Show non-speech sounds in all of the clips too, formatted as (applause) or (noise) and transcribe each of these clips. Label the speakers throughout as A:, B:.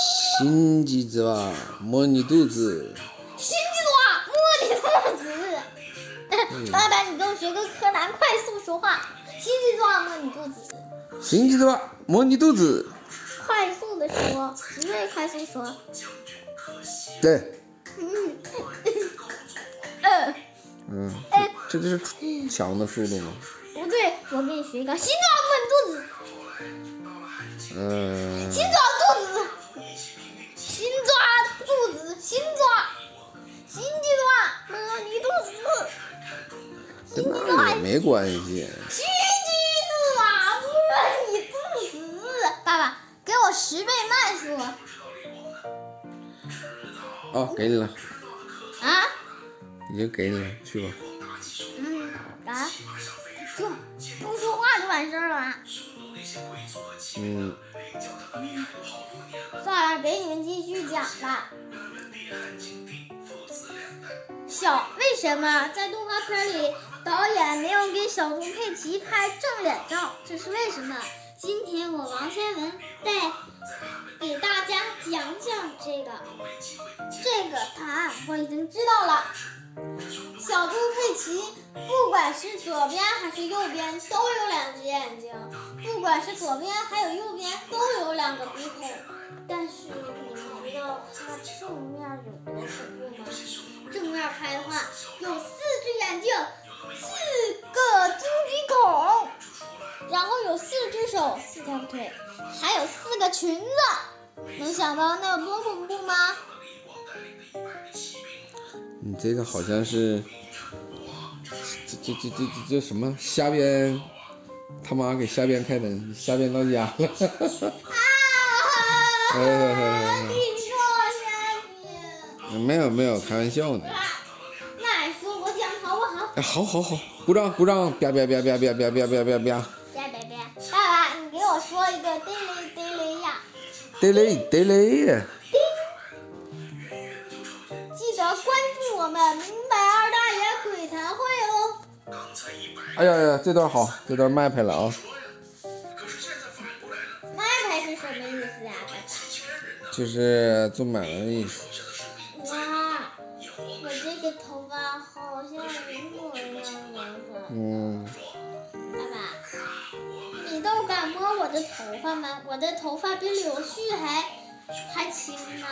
A: 心机子哇，摸你肚子。
B: 心机的话，摸你肚子。爸爸，你给我学个柯南，快速说话。心机的话，摸你肚子。
A: 心机子哇，摸你肚子。
B: 快速的说，你最快速说。
A: 对，
B: 嗯，嗯，
A: 嗯，
B: 哎，
A: 这就是强的速度吗？
B: 不对，我给你学一个。心机的话，摸你肚子。
A: 嗯，
B: 心抓肚子，心抓肚子，心抓，心计抓摸你肚子，
A: 跟那也没关系。
B: 心计抓摸你肚子。爸爸，给我十倍慢速
A: 哦，给你了，
B: 啊！
A: 已经给你了，去吧。
B: 嗯，啊，就不说话就完事儿了啊。
A: 嗯，
B: 算了，给你们继续讲吧。小为什么在动画片里导演没有给小猪佩奇拍正脸照？这是为什么？今天我王千文带给大家讲讲这个。这个答案我已经知道了。小猪佩奇不管是左边还是右边都有两只眼睛，不管是左边还有右边都有两个鼻孔。但是你们知道它正面有多恐怖吗？正面拍的话，有四只眼睛，四个猪鼻孔，然后有四只手、四条腿，还有四个裙子。能想到那有多恐怖吗？啊
A: 你这个好像是，这这这这这这什么瞎编？他妈给瞎编开门，瞎编到家了。 (laughs)
B: 啊！
A: 哎哎哎哎
B: 你说啥呀？
A: 没有没有，开玩笑呢。
B: 啊那你说我讲好不好？
A: 哎，好好好，鼓掌鼓掌，啪啪啪啪啪啪啪啪啪啪，
B: 别别别！爸爸，你给我说一个滴哩滴哩呀！
A: 得嘞得嘞，
B: 记得关注我们明白二大爷鬼谈会哦。
A: 哎呀呀，这段好，这段麦拍了啊，
B: 那才是什么意思啊，
A: 就是做买卖的艺术。
B: 爸爸？哇，我这个头发好像苹果一样软软。
A: 嗯，
B: 爸爸，你都敢摸我的头发吗？我的头发比柳絮还还轻呢。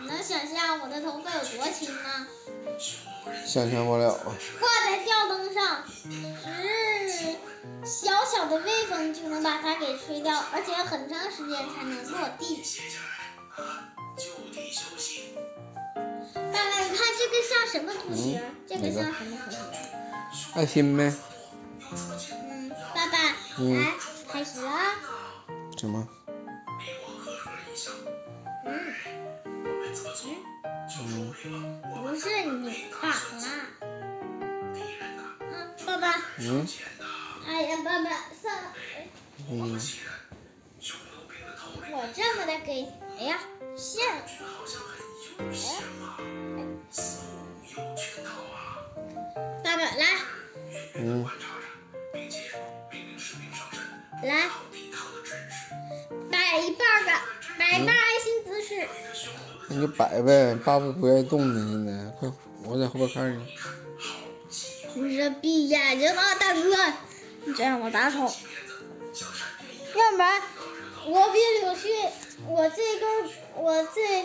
B: 你能想象我的头发有多轻吗？
A: 想象不了啊。
B: 挂在吊灯上，只小小的微风就能把它给吹掉，而且很长时间才能落地。爸爸，你看这个像什么图形？
A: 嗯
B: 这个像什么图形？
A: 爱心呗？
B: 嗯，爸爸，
A: 嗯
B: 来开始啦。
A: 什么？
B: 嗯，
A: 嗯，
B: 不是你打啦。啊，爸爸，
A: 嗯
B: 哎呀，爸爸，算了，
A: 嗯，
B: 我这么的给，哎呀，线，哎呀，爸爸来
A: 嗯，
B: 来，摆一半儿吧，摆一半儿爱心姿势。
A: 那就摆呗。爸爸不愿意动呢，现在快，我在后边看着呢。
B: 你是闭眼睛吧，大哥！你这样我咋瞅？要不然我比柳絮，我这根我这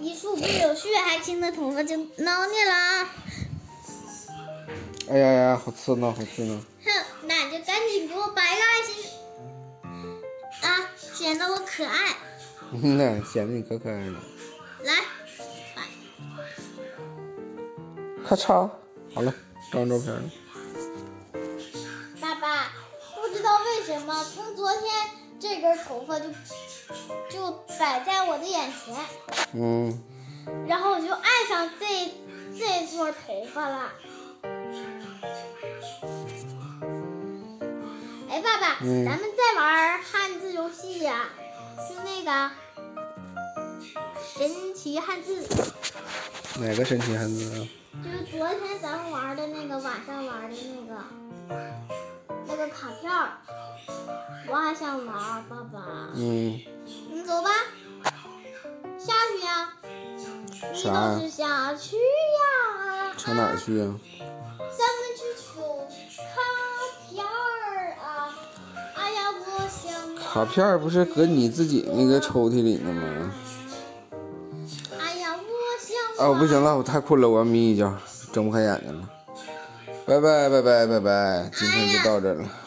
B: 一束比柳絮还轻的头发就挠你了啊！
A: 哎呀呀，好刺挠，好刺挠。
B: 哼，那你就赶紧给我摆个爱心啊，显得我可爱。
A: 那显得你可可爱了。
B: 来，摆
A: 咔嚓，好了，照照片了。
B: 爸爸，不知道为什么，从昨天这根头发就就摆在我的眼前。
A: 嗯，
B: 然后我就爱上这这撮头发了。哎，爸爸，
A: 嗯
B: 咱们再玩汉字游戏呀、就那个神奇汉字，就
A: 哪个神奇汉字啊？
B: 是昨天咱们玩的那个，晚上玩的那个那个卡片儿。我还想玩，爸爸，
A: 嗯，
B: 你走吧。下去呀、你
A: 啥呀
B: 倒是想去呀？
A: 上哪儿去啊？
B: 咱们去求卡片儿啊！哎呀，我想
A: 卡片儿不是搁你自己那个抽屉里呢吗？
B: 哎呀，我想
A: 啊，我不行了，我太困了，我要眯一觉，睁不开眼睛了。拜拜拜拜拜拜，今天就到这儿了。